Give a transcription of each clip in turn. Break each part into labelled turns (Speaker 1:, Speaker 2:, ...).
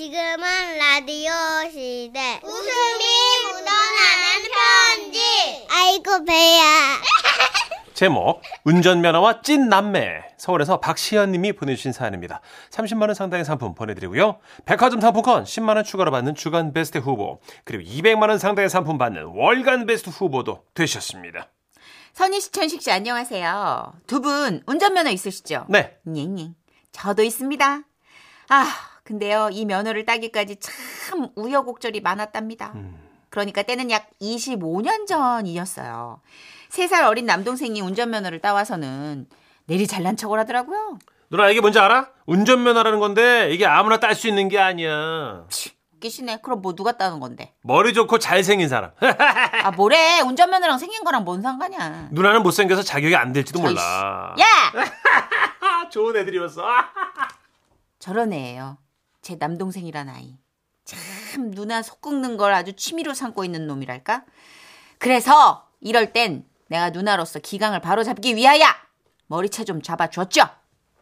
Speaker 1: 지금은 라디오 시대. 웃음이 묻어나는 편지. 아이고, 배야.
Speaker 2: 제목 운전면허와 찐 남매 서울에서 박시현 님이 보내주신 사연입니다. 30만 원 상당의 상품 보내드리고요. 백화점 상품권 10만 원 추가로 받는 주간 베스트 후보 그리고 200만 원 상당의 상품 받는 월간 베스트 후보도 되셨습니다.
Speaker 3: 선희 씨, 천식 씨, 안녕하세요. 두 분 운전면허 있으시죠?
Speaker 2: 네.
Speaker 3: 잉잉. 저도 있습니다. 아, 근데요, 이 면허를 따기까지 참 우여곡절이 많았답니다. 그러니까 때는 약 25년 전이었어요. 3살 어린 남동생이 운전면허를 따와서는 내리 잘난 척을 하더라고요.
Speaker 2: 누나 이게 뭔지 알아? 운전면허라는 건데 이게 아무나 딸 수 있는 게 아니야.
Speaker 3: 웃기시네. 그럼 뭐 누가 따는 건데?
Speaker 2: 머리 좋고 잘생긴 사람.
Speaker 3: 아, 뭐래. 운전면허랑 생긴 거랑 뭔 상관이야.
Speaker 2: 누나는 못생겨서 자격이 안 될지도 몰라.
Speaker 3: 야!
Speaker 2: 아, 좋은 애들이었어.
Speaker 3: 저런 애예요. 제 남동생이란 아이. 참 누나 속 긁는 걸 아주 취미로 삼고 있는 놈이랄까? 그래서 이럴 땐 내가 누나로서 기강을 바로 잡기 위하여 머리채 좀 잡아줬죠.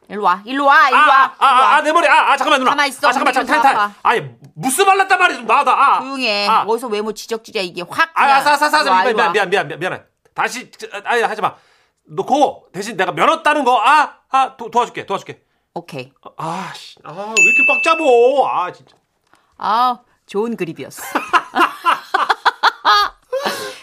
Speaker 3: 일로 와, 일로 와, 일로 와.
Speaker 2: 아, 아, 아, 내 머리. 아, 아, 잠깐만 누나.
Speaker 3: 가만히 있어.
Speaker 2: 아, 잠깐만
Speaker 3: 좀
Speaker 2: 잠깐. 잠깐.
Speaker 3: 잡아.
Speaker 2: 아니 무슨 말 났단 말이야. 나다. 아.
Speaker 3: 조용해.
Speaker 2: 아.
Speaker 3: 어디서 외모 지적질이야 이게 확.
Speaker 2: 아,
Speaker 3: 그냥.
Speaker 2: 아, 사, 사, 사,
Speaker 3: 일로
Speaker 2: 사,
Speaker 3: 와,
Speaker 2: 미안,
Speaker 3: 일로 와.
Speaker 2: 미안, 미안, 미안, 미안, 미안해. 다시, 저, 아, 아니, 하지 마. 놓고, 대신 내가 면허 따는 거, 아, 아, 도, 도와줄게, 도와줄게.
Speaker 3: 오케이.
Speaker 2: 아, 씨, 아, 왜 이렇게 꽉 잡어? 아, 진짜.
Speaker 3: 아, 좋은 그립이었어.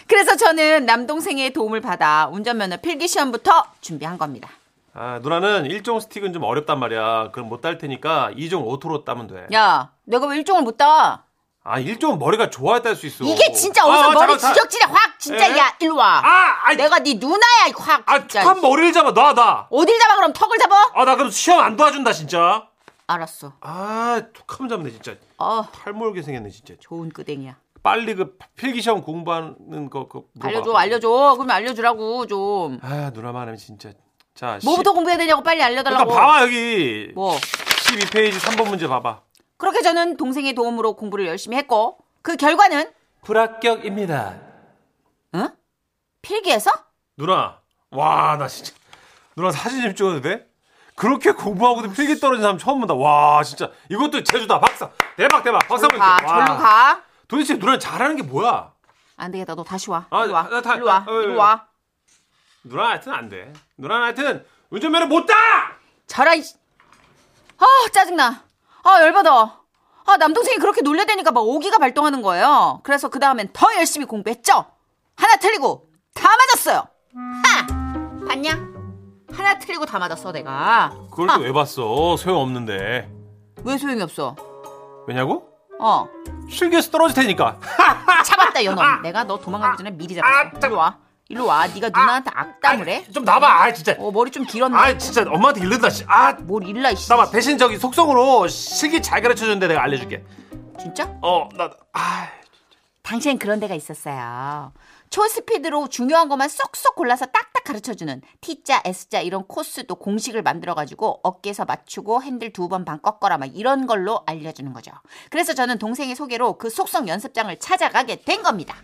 Speaker 3: 그래서 저는 남동생의 도움을 받아 운전면허 필기 시험부터 준비한 겁니다.
Speaker 2: 아, 누나는 1종 스틱은 좀 어렵단 말이야. 그럼 못 딸 테니까 2종 오토로 따면 돼.
Speaker 3: 야, 내가 왜 일종을 못 따?
Speaker 2: 아, 1종은 머리가 좋아야 딸 수 있어.
Speaker 3: 이게 진짜 어디서
Speaker 2: 아, 아,
Speaker 3: 머리
Speaker 2: 잠깐,
Speaker 3: 지적질이 확 진짜
Speaker 2: 에?
Speaker 3: 야 일로 와.
Speaker 2: 아, 아이,
Speaker 3: 내가 네 누나야 이 확.
Speaker 2: 아,
Speaker 3: 진짜.
Speaker 2: 한 머리를 잡아, 놔, 놔.
Speaker 3: 어딜 잡아 그럼 턱을 잡아?
Speaker 2: 아, 나 그럼 시험 안 도와준다, 진짜.
Speaker 3: 알았어.
Speaker 2: 아, 툭하면 잡네, 진짜.
Speaker 3: 어,
Speaker 2: 탈모르게 생겼네, 진짜.
Speaker 3: 좋은 끄댕이야.
Speaker 2: 빨리 그 필기시험 공부하는 거, 그, 물어봐.
Speaker 3: 알려줘, 알려줘. 그럼 알려주라고 좀.
Speaker 2: 아 누나만 하면 진짜 자
Speaker 3: 뭐부터 공부해야 되냐고 빨리
Speaker 2: 일단
Speaker 3: 알려달라고.
Speaker 2: 그러니까 봐봐 여기
Speaker 3: 뭐
Speaker 2: 12페이지 3번 문제 봐봐
Speaker 3: 그렇게 저는 동생의 도움으로 공부를 열심히 했고 그 결과는
Speaker 2: 불합격입니다
Speaker 3: 응? 필기에서?
Speaker 2: 아, 누나 와 나 진짜 누나 사진 좀 찍어도 돼? 그렇게 공부하고도 필기 떨어진 사람 처음 본다 와 진짜 이것도 제주다 박사 대박 대박 박사
Speaker 3: 절로 가, 절로 가.
Speaker 2: 도대체 누나 잘하는 게 뭐야
Speaker 3: 안 되겠다, 너 다시 와.
Speaker 2: 아,
Speaker 3: 일로 와,
Speaker 2: 아, 다-
Speaker 3: 일로 와,
Speaker 2: 아, 왜, 왜,
Speaker 3: 일로
Speaker 2: 왜.
Speaker 3: 와.
Speaker 2: 누나 하여튼 안돼 누나 는 하여튼 운전면허 못따
Speaker 3: 저라 이... 아 짜증나 아 열받아 아 남동생이 그렇게 놀려대니까 막 오기가 발동하는 거예요 그래서 그 다음엔 더 열심히 공부했죠 하나 틀리고 다 맞았어요 하! 봤냐? 하나 틀리고 다 맞았어 내가
Speaker 2: 그걸
Speaker 3: 아,
Speaker 2: 또 왜 봤어 소용없는데
Speaker 3: 왜 소용이 없어
Speaker 2: 왜냐고?
Speaker 3: 어
Speaker 2: 실기에서 떨어질 테니까
Speaker 3: 잡았다 연어 내가 너 도망가기 전에 미리 잡았어 일로 와 일로 와 네가 누나한테 악담을 해?
Speaker 2: 좀 놔봐 아 진짜
Speaker 3: 어 머리 좀 길었네
Speaker 2: 아 진짜 엄마한테 일른다 씨. 아
Speaker 3: 뭘 일라 이씨
Speaker 2: 나봐 대신 저기 속성으로 실기 잘 가르쳐주는데 내가 알려줄게
Speaker 3: 진짜?
Speaker 2: 어나아
Speaker 3: 당시엔 그런 데가 있었어요. 초스피드로 중요한 것만 쏙쏙 골라서 딱딱 가르쳐주는 T자, S자 이런 코스도 공식을 만들어가지고 어깨에서 맞추고 핸들 두 번 반 꺾어라 막 이런 걸로 알려주는 거죠. 그래서 저는 동생의 소개로 그 속성 연습장을 찾아가게 된 겁니다.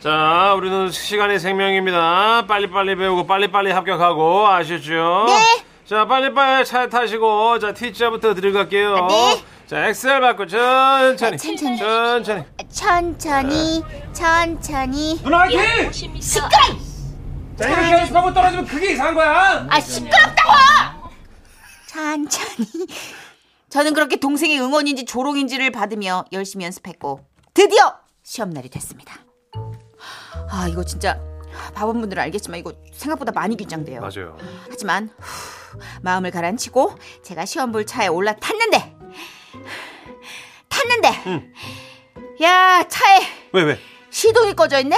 Speaker 2: 자 우리는 시간이 생명입니다 빨리빨리 배우고 빨리빨리 합격하고 아셨죠
Speaker 3: 네.
Speaker 2: 자 빨리빨리 차 타시고 자 T자부터 들어갈게요
Speaker 3: 네.
Speaker 2: 자 엑셀 받고 천천히
Speaker 3: 아, 천천히.
Speaker 2: 천천히
Speaker 1: 천천히, 천천히.
Speaker 2: 누나 화이팅
Speaker 3: 시끄러!
Speaker 2: 자 이렇게 연습하고 떨어지면 그게 이상한 거야
Speaker 3: 아 시끄럽다고!
Speaker 1: 천천히.
Speaker 3: 저는 그렇게 동생의 응원인지 조롱인지를 받으며 열심히 연습했고 드디어 시험날이 됐습니다. 아 이거 진짜 바본분들은 알겠지만 이거 생각보다 많이 긴장돼요.
Speaker 2: 맞아요
Speaker 3: 하지만 후, 마음을 가라앉히고 제가 시험 볼 차에 올라탔는데 탔는데 야 차에
Speaker 2: 왜 왜?
Speaker 3: 시동이 꺼져 있네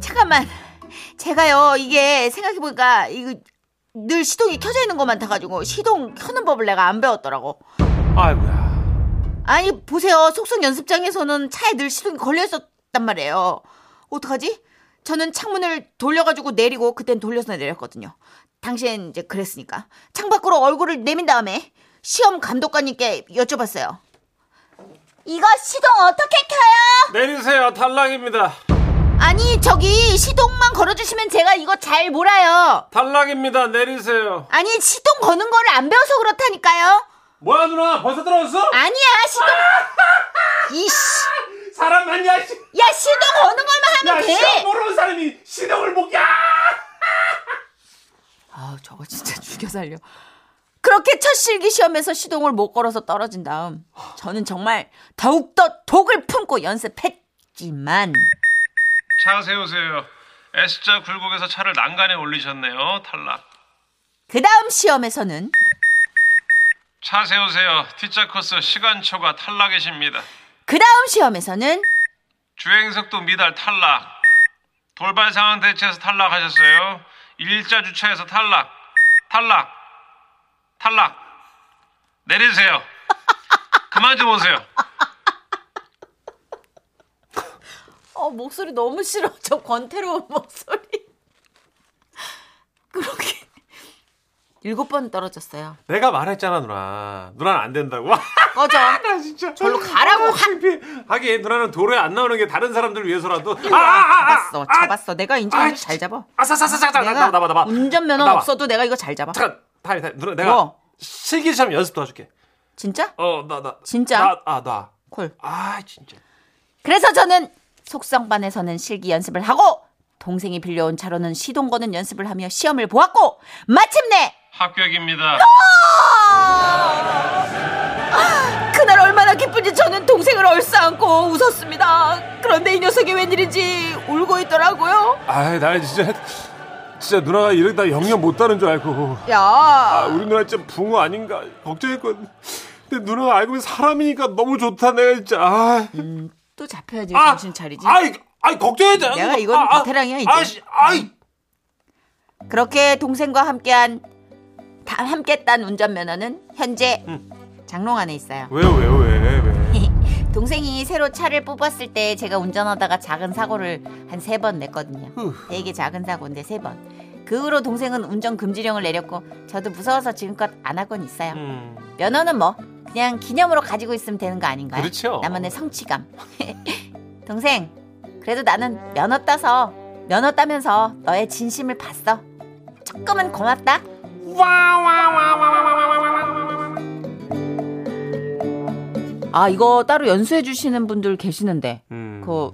Speaker 3: 잠깐만 제가요 이게 생각해보니까 이거 늘 시동이 켜져 있는 것만 타가지고 시동 켜는 법을 내가 안 배웠더라고
Speaker 2: 아이고야
Speaker 3: 아니 보세요 속성 연습장에서는 차에 늘 시동이 걸려 있었단 말이에요 어떡하지 저는 창문을 돌려가지고 내리고 그땐 돌려서 내렸거든요 당시엔 이제 그랬으니까 창 밖으로 얼굴을 내민 다음에 시험 감독관님께 여쭤봤어요 이거 시동 어떻게 켜요
Speaker 2: 내리세요 탈락입니다
Speaker 3: 아니 저기 시동만 걸어주시면 제가 이거 잘 몰아요
Speaker 2: 탈락입니다 내리세요
Speaker 3: 아니 시동 거는 거를 안 배워서 그렇다니까요
Speaker 2: 뭐야 누나 벌써 들어왔어?
Speaker 3: 아니야 시동 이씨
Speaker 2: 사람 많냐? 씨.
Speaker 3: 야 시동 어느 걸만
Speaker 2: 야
Speaker 3: 하면 돼
Speaker 2: 시험 보러 온 사람이 시동을 못 야!
Speaker 3: 아, 저거 진짜 죽여 살려. 그렇게 첫 실기 시험에서 시동을 못 걸어서 떨어진 다음 저는 정말 더욱더 독을 품고 연습했지만
Speaker 2: 차 세우세요. S자 굴곡에서 차를 난간에 올리셨네요. 탈락.
Speaker 3: 그 다음 시험에서는
Speaker 2: 차 세우세요. T자 코스 시간 초과 탈락이십니다.
Speaker 3: 그 다음 시험에서는
Speaker 2: 주행 속도 미달 탈락. 돌발 상황 대처에서 탈락하셨어요. 일자 주차에서 탈락. 탈락. 탈락. 내리세요. 그만 좀 오세요.
Speaker 3: 어 목소리 너무 싫어 저 권태로운 목소리 그렇게 일곱 번 떨어졌어요
Speaker 2: 내가 말했잖아 누나. 누나는 안 된다고. 아,
Speaker 3: 꺼져
Speaker 2: 나 진짜.
Speaker 3: 절로 가라고,
Speaker 2: 아, 창피해. 하긴 누나는 도로에 안 나오는 게 다른 사람들 위해서라도. 아,
Speaker 3: 잡았어 잡았어 내가 인제
Speaker 2: 아,
Speaker 3: 이거 잘 잡아
Speaker 2: 아사사사사 나
Speaker 3: 내가
Speaker 2: 나봐 나봐 나봐.
Speaker 3: 운전면허
Speaker 2: 나봐.
Speaker 3: 없어도 내가 이거 잘 잡아
Speaker 2: 잠깐 타임 타임 누나 내가
Speaker 3: 뭐?
Speaker 2: 실기시험 연습 도와줄게.
Speaker 3: 진짜?
Speaker 2: 어나 나.
Speaker 3: 진짜?
Speaker 2: 나, 아 나.
Speaker 3: 콜
Speaker 2: 아 진짜.
Speaker 3: 그래서 저는 속성반에서는 실기 연습을 하고 동생이 빌려온 차로는 시동 거는 연습을 하며 시험을 보았고 마침내
Speaker 2: 합격입니다.
Speaker 3: 아! 그날 얼마나 기쁜지 저는 동생을 얼싸안고 웃었습니다. 그런데 이 녀석이 웬일인지 울고 있더라고요.
Speaker 2: 아나 진짜 진짜 누나가 이러다 영영 못하는 줄 알고. 아
Speaker 3: 야,
Speaker 2: 우리 누나 진짜 붕어 아닌가 걱정했거든. 근데 누나가 알고 보면 사람이니까 너무 좋다 내가 진짜. 아.
Speaker 3: 또 잡혀야지
Speaker 2: 아,
Speaker 3: 정신 차리지.
Speaker 2: 아이, 아이 걱정했잖아.
Speaker 3: 내가 이건
Speaker 2: 아, 아,
Speaker 3: 베테랑이야, 이제.
Speaker 2: 아이씨, 아이,
Speaker 3: 그렇게 동생과 함께한 다 함께 딴 운전면허는 현재 장롱 안에 있어요.
Speaker 2: 왜요, 왜요, 왜, 왜?
Speaker 3: 동생이 새로 차를 뽑았을 때 제가 운전하다가 작은 사고를 한 세 번 냈거든요. 되게 작은 사고인데 세 번. 그 후로 동생은 운전 금지령을 내렸고 저도 무서워서 지금껏 안 하곤 있어요.
Speaker 2: 음,
Speaker 3: 면허는 뭐 그냥 기념으로 가지고 있으면 되는 거 아닌가요?
Speaker 2: 그렇죠.
Speaker 3: 나만의 성취감. 동생, 그래도 나는 면허 따서 면허 따면서 너의 진심을 봤어. 조금은 고맙다. 아 이거 따로 연수해 주시는 분들 계시는데
Speaker 2: 음.
Speaker 3: 그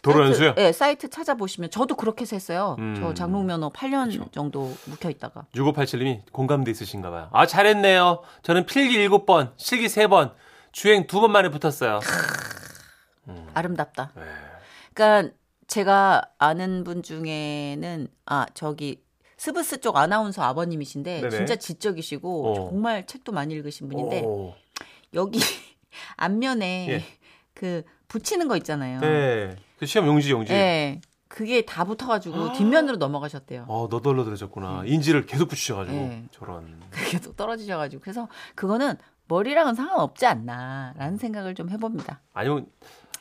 Speaker 2: 도로
Speaker 3: 사이트-
Speaker 2: 연수요?
Speaker 3: 예, 사이트 찾아보시면 저도 그렇게 해서 했어요.
Speaker 2: 음. 그렇죠.
Speaker 3: 저 장롱면허 8년 정도 묵혀 있다가.
Speaker 2: 6587님이 공감대 있으신가 봐요. 아, 잘했네요. 저는 필기 7번, 실기 3번, 주행 2번 만에 붙었어요.
Speaker 3: 아름답다. 그러니까 제가 아는 분 중에는 아 저기 스브스 쪽 아나운서 아버님이신데
Speaker 2: 네네.
Speaker 3: 진짜 지적이시고
Speaker 2: 어.
Speaker 3: 정말 책도 많이 읽으신 분인데 어.
Speaker 2: 오.
Speaker 3: 여기 앞면에
Speaker 2: 예.
Speaker 3: 그 붙이는 거 있잖아요.
Speaker 2: 네. 아. 그 시험 용지, 용지.
Speaker 3: 예. 그게 다 붙어가지고 뒷면으로 넘어가셨대요.
Speaker 2: 어, 너덜너덜해졌구나. 인지를 계속 붙이셔가지고.
Speaker 3: 음. 네.
Speaker 2: 저런.
Speaker 3: 그게 또 떨어지셔가지고 그래서 그거는 머리랑은 상관없지 않나라는 생각을 좀 해봅니다.
Speaker 2: 아니면,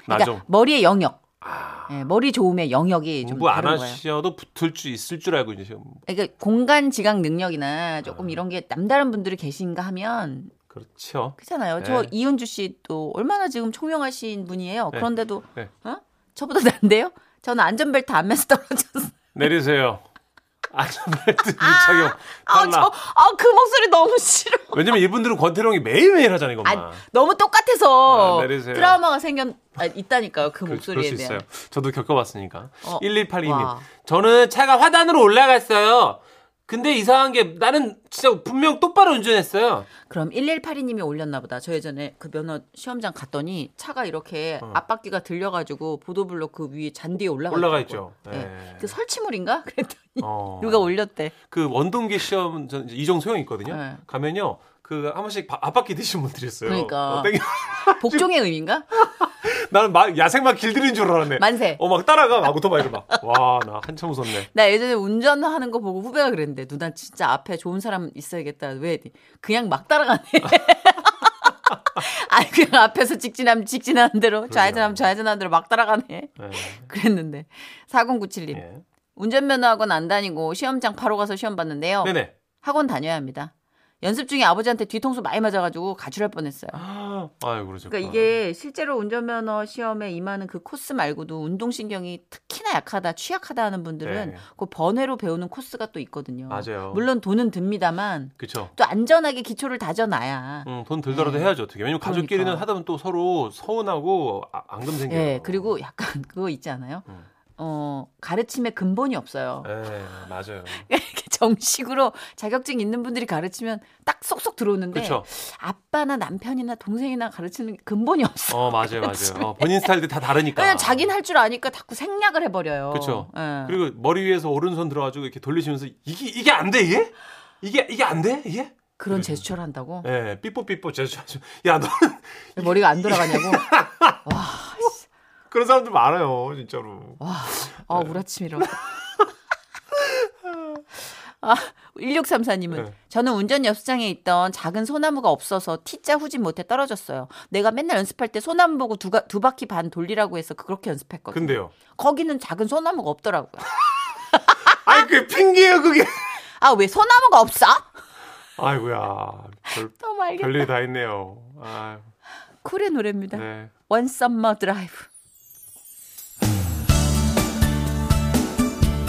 Speaker 3: 그러니까
Speaker 2: 나좀
Speaker 3: 머리의 영역,
Speaker 2: 아,
Speaker 3: 예, 머리 좋음의 영역이 좀
Speaker 2: 공부 안
Speaker 3: 다른 거예요.
Speaker 2: 하셔도 붙을 수 있을 줄 알고 이제 시험.
Speaker 3: 그러니까 공간 지각 능력이나 조금
Speaker 2: 네.
Speaker 3: 이런 게 남다른 분들이 계신가 하면
Speaker 2: 그렇죠.
Speaker 3: 그렇잖아요. 저
Speaker 2: 네.
Speaker 3: 이은주 씨도 얼마나 지금 총명하신 분이에요.
Speaker 2: 네.
Speaker 3: 그런데도
Speaker 2: 네.
Speaker 3: 어? 저보다 난데요? 저는 안전벨트 안 매서 떨어졌어요.
Speaker 2: 내리세요. 아, 안전벨트 미착용.
Speaker 3: 아, 저,
Speaker 2: 탈락.
Speaker 3: 아, 그 목소리 너무 싫어.
Speaker 2: 왜냐면 이분들은 권태룡이 매일매일 하잖아요, 이것만. 그,
Speaker 3: 아, 너무 똑같아서
Speaker 2: 아, 내리세요.
Speaker 3: 트라우마가 생겨 아, 있다니까요. 그
Speaker 2: 그- 그럴
Speaker 3: 목소리에
Speaker 2: 수
Speaker 3: 대한.
Speaker 2: 있어요. 저도 겪어봤으니까.
Speaker 3: 어,
Speaker 2: 1182님.
Speaker 3: 와.
Speaker 2: 저는 차가 화단으로 올라갔어요. 근데 이상한 게 나는 진짜 분명 똑바로 운전했어요.
Speaker 3: 그럼 1182님이 올렸나 보다. 저 예전에 그 면허 시험장 갔더니 차가 이렇게
Speaker 2: 어.
Speaker 3: 앞바퀴가 들려가지고 보도블록 그 위에 잔디에 올라가
Speaker 2: 올라가
Speaker 3: 있더라고요.
Speaker 2: 있죠.
Speaker 3: 예.
Speaker 2: 네.
Speaker 3: 그 설치물인가? 그랬더니
Speaker 2: 어.
Speaker 3: 누가 올렸대.
Speaker 2: 그 원동기 시험 전 이제 이종 소영 있거든요.
Speaker 3: 네.
Speaker 2: 가면요. 그 한 번씩 바- 앞바퀴 드신 분들이 있어요.
Speaker 3: 그러니까.
Speaker 2: 어, 땡겨.
Speaker 3: 복종의 의미인가?
Speaker 2: 나는 막 야생 막 길들인 줄 알았네.
Speaker 3: 만세.
Speaker 2: 어 막 따라가 막 오토바이로 막. 와, 나 한참 웃었네.
Speaker 3: 나 예전에 운전하는 거 보고 후배가 그랬는데 누나 진짜 앞에 좋은 사람 있어야겠다. 왜 그냥 막 따라가네. 아니 그냥 앞에서 직진하면 직진하는 대로 좌회전하면 좌회전하는 대로 막 따라가네.
Speaker 2: 네.
Speaker 3: 그랬는데 4097님
Speaker 2: 예.
Speaker 3: 운전면허 학원 안 다니고 시험장 바로 가서 시험 봤는데요.
Speaker 2: 예. 네네.
Speaker 3: 학원 다녀야 합니다. 연습 중에 아버지한테 뒤통수 많이 맞아가지고 가출할 뻔했어요.
Speaker 2: 아유 그러죠.
Speaker 3: 그러니까 이게 실제로 운전면허 시험에 임하는 그 코스 말고도 운동신경이 특히나 약하다, 취약하다 하는 분들은
Speaker 2: 네.
Speaker 3: 그 번외로 배우는 코스가 또 있거든요.
Speaker 2: 어. 맞아요.
Speaker 3: 물론 돈은 듭니다만
Speaker 2: 그렇죠.
Speaker 3: 또 안전하게 기초를 다져놔야.
Speaker 2: 음, 돈 들더라도 해야죠 어떻게. 왜냐면 가족끼리는
Speaker 3: 네. 그러니까.
Speaker 2: 하다 보면 또 서로 서운하고 아- 앙금
Speaker 3: 예,
Speaker 2: 생겨요.
Speaker 3: 그리고 약간 그거 있지 않아요?
Speaker 2: 음.
Speaker 3: 어, 가르침의 근본이 없어요.
Speaker 2: 예, 맞아요.
Speaker 3: 이렇게 정식으로 자격증 있는 분들이 가르치면 딱 쏙쏙 들어오는데
Speaker 2: 그렇죠.
Speaker 3: 아빠나 남편이나 동생이나 가르치는 게 근본이 없어.
Speaker 2: 어 맞아요 맞아요. 어, 본인 스타일들 다 다르니까.
Speaker 3: 그러니까 그냥 자기는 할 줄 아니까 자꾸 생략을 해버려요.
Speaker 2: 그쵸.
Speaker 3: 예.
Speaker 2: 그리고 머리 위에서 오른손 들어가지고 이렇게 돌리시면서 이게 이게 안 돼 이게 이게 이게 안 돼 이게.
Speaker 3: 그런
Speaker 2: 그래요.
Speaker 3: 제스처를 한다고?
Speaker 2: 예, 삐뽀삐뽀 제스처. 하죠. 야 너.
Speaker 3: 머리가 안 돌아가냐고?
Speaker 2: 그런 사람들 많아요 진짜로.
Speaker 3: 와, 아,
Speaker 2: 네.
Speaker 3: 우라침이라. 아,
Speaker 2: 네.
Speaker 3: 1634님은 저는 운전 옆수장에 있던 작은 소나무가 없어서 T자 후진 못해 떨어졌어요. 내가 맨날 연습할 때 소나무 보고 두, 가- 두 바퀴 반 돌리라고 해서 그렇게 연습했거든요.
Speaker 2: 근데요.
Speaker 3: 거기는 작은 소나무가 없더라고요.
Speaker 2: 아이 그 핑계예요 그게.
Speaker 3: 아, 왜 소나무가 없어?
Speaker 2: 아이고야. 별,
Speaker 3: 너무 알겠다.
Speaker 2: 별일이 다 있네요. 아,
Speaker 3: 쿨의 노래입니다.
Speaker 2: 네.
Speaker 3: 원 썸머 드라이브.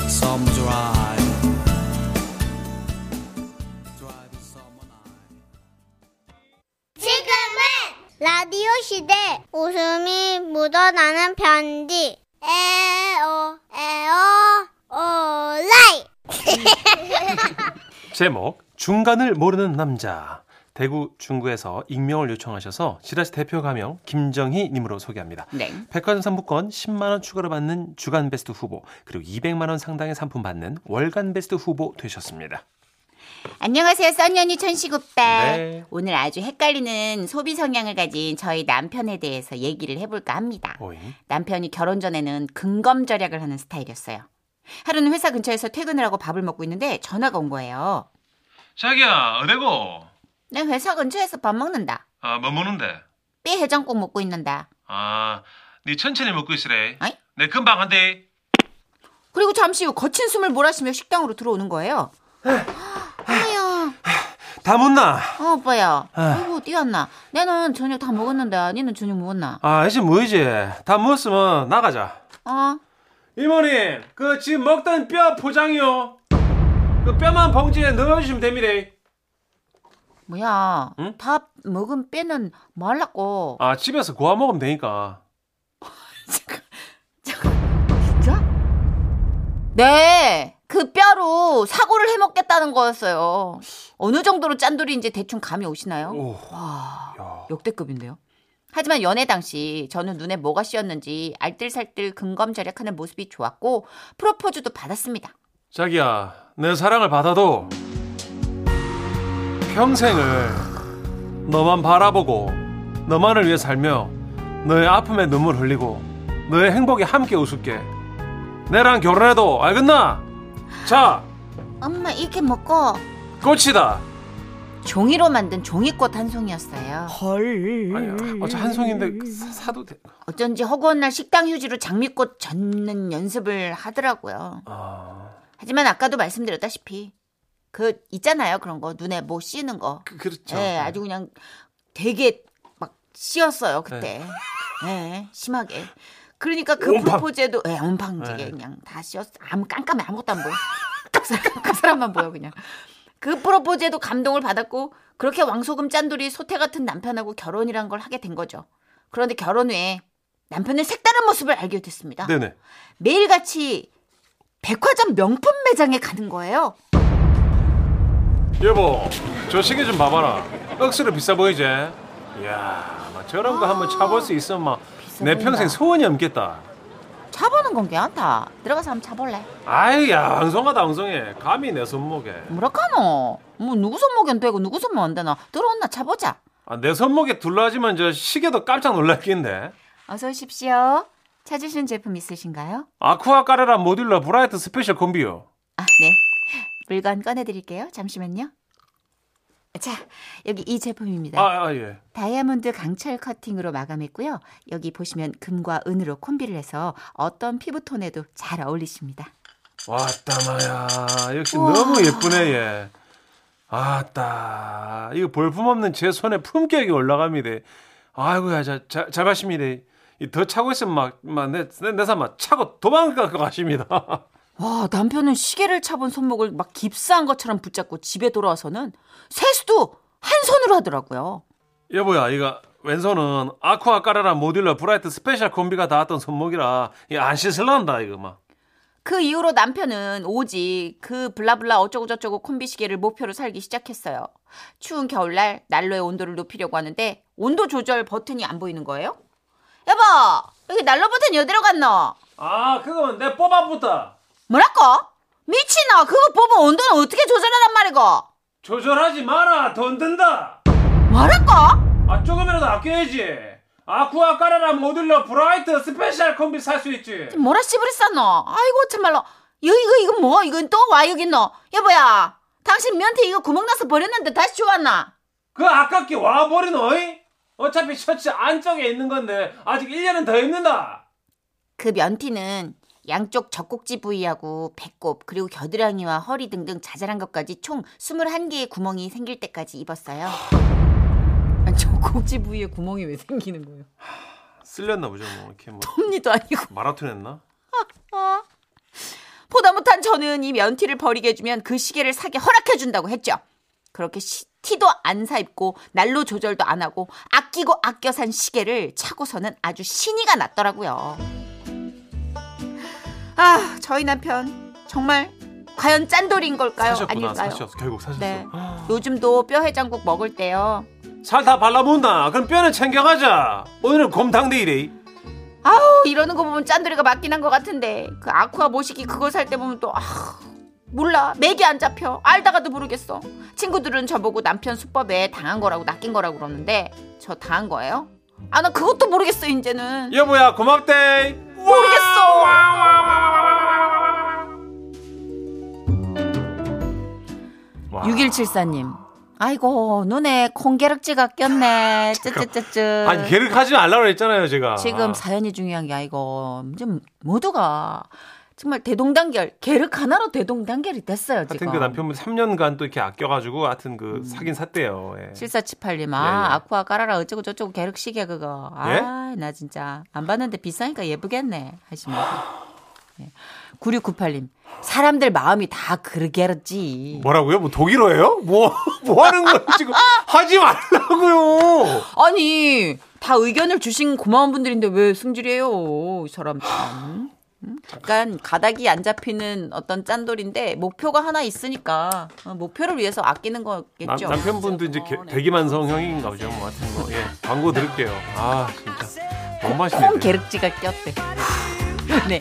Speaker 4: some drive. Drive is someone I.
Speaker 1: 지금은 라디오 시대 웃음이 묻어나는 편지 에어 에어 오라이
Speaker 2: 제목 중간을 모르는 남자. 대구 중구에서 익명을 요청하셔서 지라시 대표 가명 김정희 님으로 소개합니다.
Speaker 3: 네.
Speaker 2: 백화점 상품권 10만 원 추가로 받는 주간 베스트 후보 그리고 200만 원 상당의 상품 받는 월간 베스트 후보 되셨습니다.
Speaker 3: 안녕하세요, 썬년이 천식 오빠.
Speaker 2: 네.
Speaker 3: 오늘 아주 헷갈리는 소비 성향을 가진 저희 남편에 대해서 얘기를 해볼까 합니다.
Speaker 2: 오잉.
Speaker 3: 남편이 결혼 전에는 근검 절약을 하는 스타일이었어요. 하루는 회사 근처에서 퇴근을 하고 밥을 먹고 있는데 전화가 온 거예요.
Speaker 2: 자기야 어디고?
Speaker 3: 내 회사 근처에서 밥 먹는다.
Speaker 2: 아뭐 먹는데?
Speaker 3: 삐 해장국 먹고 있는다.
Speaker 2: 아네 천천히 먹고 있으래.
Speaker 3: 아이?
Speaker 2: 내 금방 한대.
Speaker 3: 그리고 잠시 후 거친 숨을 몰아쉬며 식당으로 들어오는 거예요. 아야,
Speaker 2: 다 못나.
Speaker 3: 어, 오빠야. 아이고, 뛰었나. 내는 저녁 다 먹었는데, 니는 저녁 먹었나?
Speaker 2: 아 이제 뭐이지? 다 먹었으면 나가자.
Speaker 3: 어?
Speaker 2: 이모님, 그 지금 먹던 뼈 포장이요. 그 뼈만 봉지에 넣어주시면 됩니다.
Speaker 3: 뭐야.
Speaker 2: 응?
Speaker 3: 다 먹은 빼는 말랐고.
Speaker 2: 아 집에서 구워 먹으면 되니까.
Speaker 3: 진짜? 네, 그 뼈로 사고를 해먹겠다는 거였어요. 어느 정도로 짠돌이인지 대충 감이 오시나요?
Speaker 2: 오,
Speaker 3: 와,
Speaker 2: 야.
Speaker 3: 역대급인데요. 하지만 연애 당시 저는 눈에 뭐가 씌었는지 알뜰살뜰 근검절약하는 모습이 좋았고 프로포즈도 받았습니다.
Speaker 2: 자기야, 내 사랑을 받아도 평생을 너만 바라보고 너만을 위해 살며 너의 아픔에 눈물 흘리고 너의 행복에 함께 웃을게. 내랑 결혼해도 알겠나? 자,
Speaker 3: 엄마 이렇게 먹고
Speaker 2: 꽃이다.
Speaker 3: 종이로 만든 종이꽃 한 송이었어요.
Speaker 2: 아니, 어차피 한 송인데 사- 사도 돼.
Speaker 3: 어쩐지 허구한 날 식당 휴지로 장미꽃 젓는 연습을 하더라고요.
Speaker 2: 아,
Speaker 3: 하지만 아까도 말씀드렸다시피 그 있잖아요 그런 거 눈에 뭐 씌는 거.
Speaker 2: 그, 그렇죠.
Speaker 3: 예, 아주 그냥 되게 막 씌었어요
Speaker 2: 네.
Speaker 3: 그때. 예, 심하게. 그러니까 그
Speaker 2: 온팡.
Speaker 3: 프로포즈에도 예, 온팡지게
Speaker 2: 예.
Speaker 3: 그냥 다 씌었어. 아무 깜깜해 아무것도 안 보여. 그 사람- 그 사람만 보여 그냥. 그 프로포즈에도 감동을 받았고 그렇게 왕소금 짠돌이 소태 같은 남편하고 결혼이란 걸 하게 된 거죠. 그런데 결혼 후에 남편의 색다른 모습을 알게 됐습니다.
Speaker 2: 네네.
Speaker 3: 매일같이 백화점 명품 매장에 가는 거예요.
Speaker 2: 여보, 저 시계 좀 봐봐라. 억수로 비싸 보이지? 이야, 막 저런 거 한번 차볼 수 있으면 막 내
Speaker 3: 보인다.
Speaker 2: 평생 소원이 없겠다.
Speaker 3: 차보는 건 괜찮다. 들어가서 한번 차볼래?
Speaker 2: 아이야, 왕성하다 왕성해. 감히 내 손목에.
Speaker 3: 네. 뭐라카노? 뭐 누구 손목엔 되고 누구 손목 안 되나? 들어온나 차보자.
Speaker 2: 아, 내 손목에 둘러지면 저 시계도 깜짝 놀랐겠네.
Speaker 3: 어서 오십시오. 찾으신 제품 있으신가요?
Speaker 2: 아쿠아 까레라 모듈러 브라이트 스페셜 콤비요.
Speaker 3: 아, 네. 물건 꺼내드릴게요. 잠시만요. 자, 여기 이 제품입니다.
Speaker 2: 아, 아 예.
Speaker 3: 다이아몬드 강철 커팅으로 마감했고요. 여기 보시면 금과 은으로 콤비를 해서 어떤 피부톤에도 잘 어울리십니다.
Speaker 2: 왔다 마야. 역시 너무 예쁘네 얘. 아따 이거 볼품없는 제 손에 품격이 올라갑니다. 아이고야 자, 자, 잘 마십니다. 이더 차고 있으면 막내내내사막 차고 도망갈 것 같습니다.
Speaker 3: 와, 남편은 시계를 차본 손목을 막 깁스한 것처럼 붙잡고 집에 돌아와서는 세수도 한 손으로 하더라고요.
Speaker 2: 여보야 이거 왼손은 아쿠아 까라라 모듈러 브라이트 스페셜 콤비가 닿았던 손목이라 이거 안 씻을란다 이거 막.
Speaker 3: 그 이후로 남편은 오직 그 블라블라 어쩌고저쩌고 콤비 시계를 목표로 살기 시작했어요. 추운 겨울날 난로의 온도를 높이려고 하는데 온도 조절 버튼이 안 보이는 거예요? 여보, 여기 난로 버튼 어디로 갔노?
Speaker 2: 아 그거는 내 뽑아부터
Speaker 3: 뭐라고? 미친아, 그거 보면 온도는 어떻게 조절하란 말이고?
Speaker 2: 조절하지 마라 돈 든다.
Speaker 3: 뭐라고?
Speaker 2: 아 조금이라도 아껴야지. 아쿠아 까라라 모듈러 브라이트 스페셜 콤비 살 수 있지.
Speaker 3: 뭐라 씨부리싸노? 아이고 참말로 이거 이거 이거 뭐 이건 또 와 여기 너 여보야 당신 면티 이거 구멍 나서 버렸는데 다시 주웠나?
Speaker 2: 그 아깝게 와버린 어이? 어차피 셔츠 안쪽에 있는 건데 아직 1년은 더 입는다.
Speaker 3: 그 면티는 양쪽 젖꼭지 부위하고 배꼽 그리고 겨드랑이와 허리 등등 자잘한 것까지 총 21개의 구멍이 생길 때까지 입었어요. 젖꼭지 부위에 구멍이 왜 생기는 거예요?
Speaker 2: 쓸렸나 보죠 뭐 이렇게 뭐
Speaker 3: 톱니도 아니고
Speaker 2: 마라톤 했나?
Speaker 3: 보다 못한 저는 이 면티를 버리게 해주면 그 시계를 사게 허락해준다고 했죠. 그렇게 시- 티도 안 사 입고 난로 조절도 안 하고 아끼고 아껴 산 시계를 차고서는 아주 신이가 났더라고요. 아 저희 남편 정말 과연 짠돌인 걸까요?
Speaker 2: 사셨구나
Speaker 3: 아닐까요?
Speaker 2: 사셨어 결국 사셨어. 아,
Speaker 3: 네. 요즘도 뼈 해장국 먹을 때요.
Speaker 2: 살 다 발라본다. 그럼 뼈는 챙겨가자. 오늘은 곰탕데이래.
Speaker 3: 아우 이러는 거 보면 짠돌이가 맞긴 한 것 같은데 그 아쿠아 모시기 그거 살 때 보면 또 아, 몰라 맥이 안 잡혀 알다가도 모르겠어 친구들은 저보고 남편 수법에 당한 거라고 낚인 거라고 그러는데 저 당한 거예요? 아 나 그것도 모르겠어 이제는
Speaker 2: 여보야 고맙대.
Speaker 3: 모르겠어
Speaker 2: 와.
Speaker 3: 6174님 아이고 눈에 콩게륵지가 꼈네 쯔쯔쯔쯔
Speaker 2: 아니 계획 하지 말라고 했잖아요 제가.
Speaker 3: 지금 사연이 중요한 게 아니고 지금 모두가 정말 대동단결 계륵 하나로 대동단결이 됐어요 지금 음.
Speaker 2: 하여튼 그 남편분 3년간 또 이렇게 아껴가지고 하여튼 그 사긴 샀대요. 예.
Speaker 3: 7478님,
Speaker 2: 예,
Speaker 3: 아,
Speaker 2: 예.
Speaker 3: 아쿠아 깔아라, 어쩌고저쩌고 계륵시계 그거. 아, 나 진짜. 안 봤는데 비싸니까 예쁘겠네. 하시면서. 예. 9698님, 사람들 마음이 다 그러게랬지.
Speaker 2: 뭐라고요? 뭐 독일어예요? 뭐, 뭐 하는 거예요 지금? 하지 말라고요!
Speaker 3: 아니, 다 의견을 주신 고마운 분들인데 왜 승질이에요? 이 사람 참. 음? 약간 가닥이 안 잡히는 어떤 짠돌인데 목표가 하나 있으니까 어, 목표를 위해서
Speaker 2: 남,
Speaker 3: 아끼는 거겠죠. 그렇죠. 네.
Speaker 2: 편분도 이제 개, 대기만성 형인 거죠. 뭐 하여튼 뭐, 예. 광고 드릴게요. 아, 진짜. 너무 맛있네.
Speaker 3: 콩 계륵지가 꼈대. 네.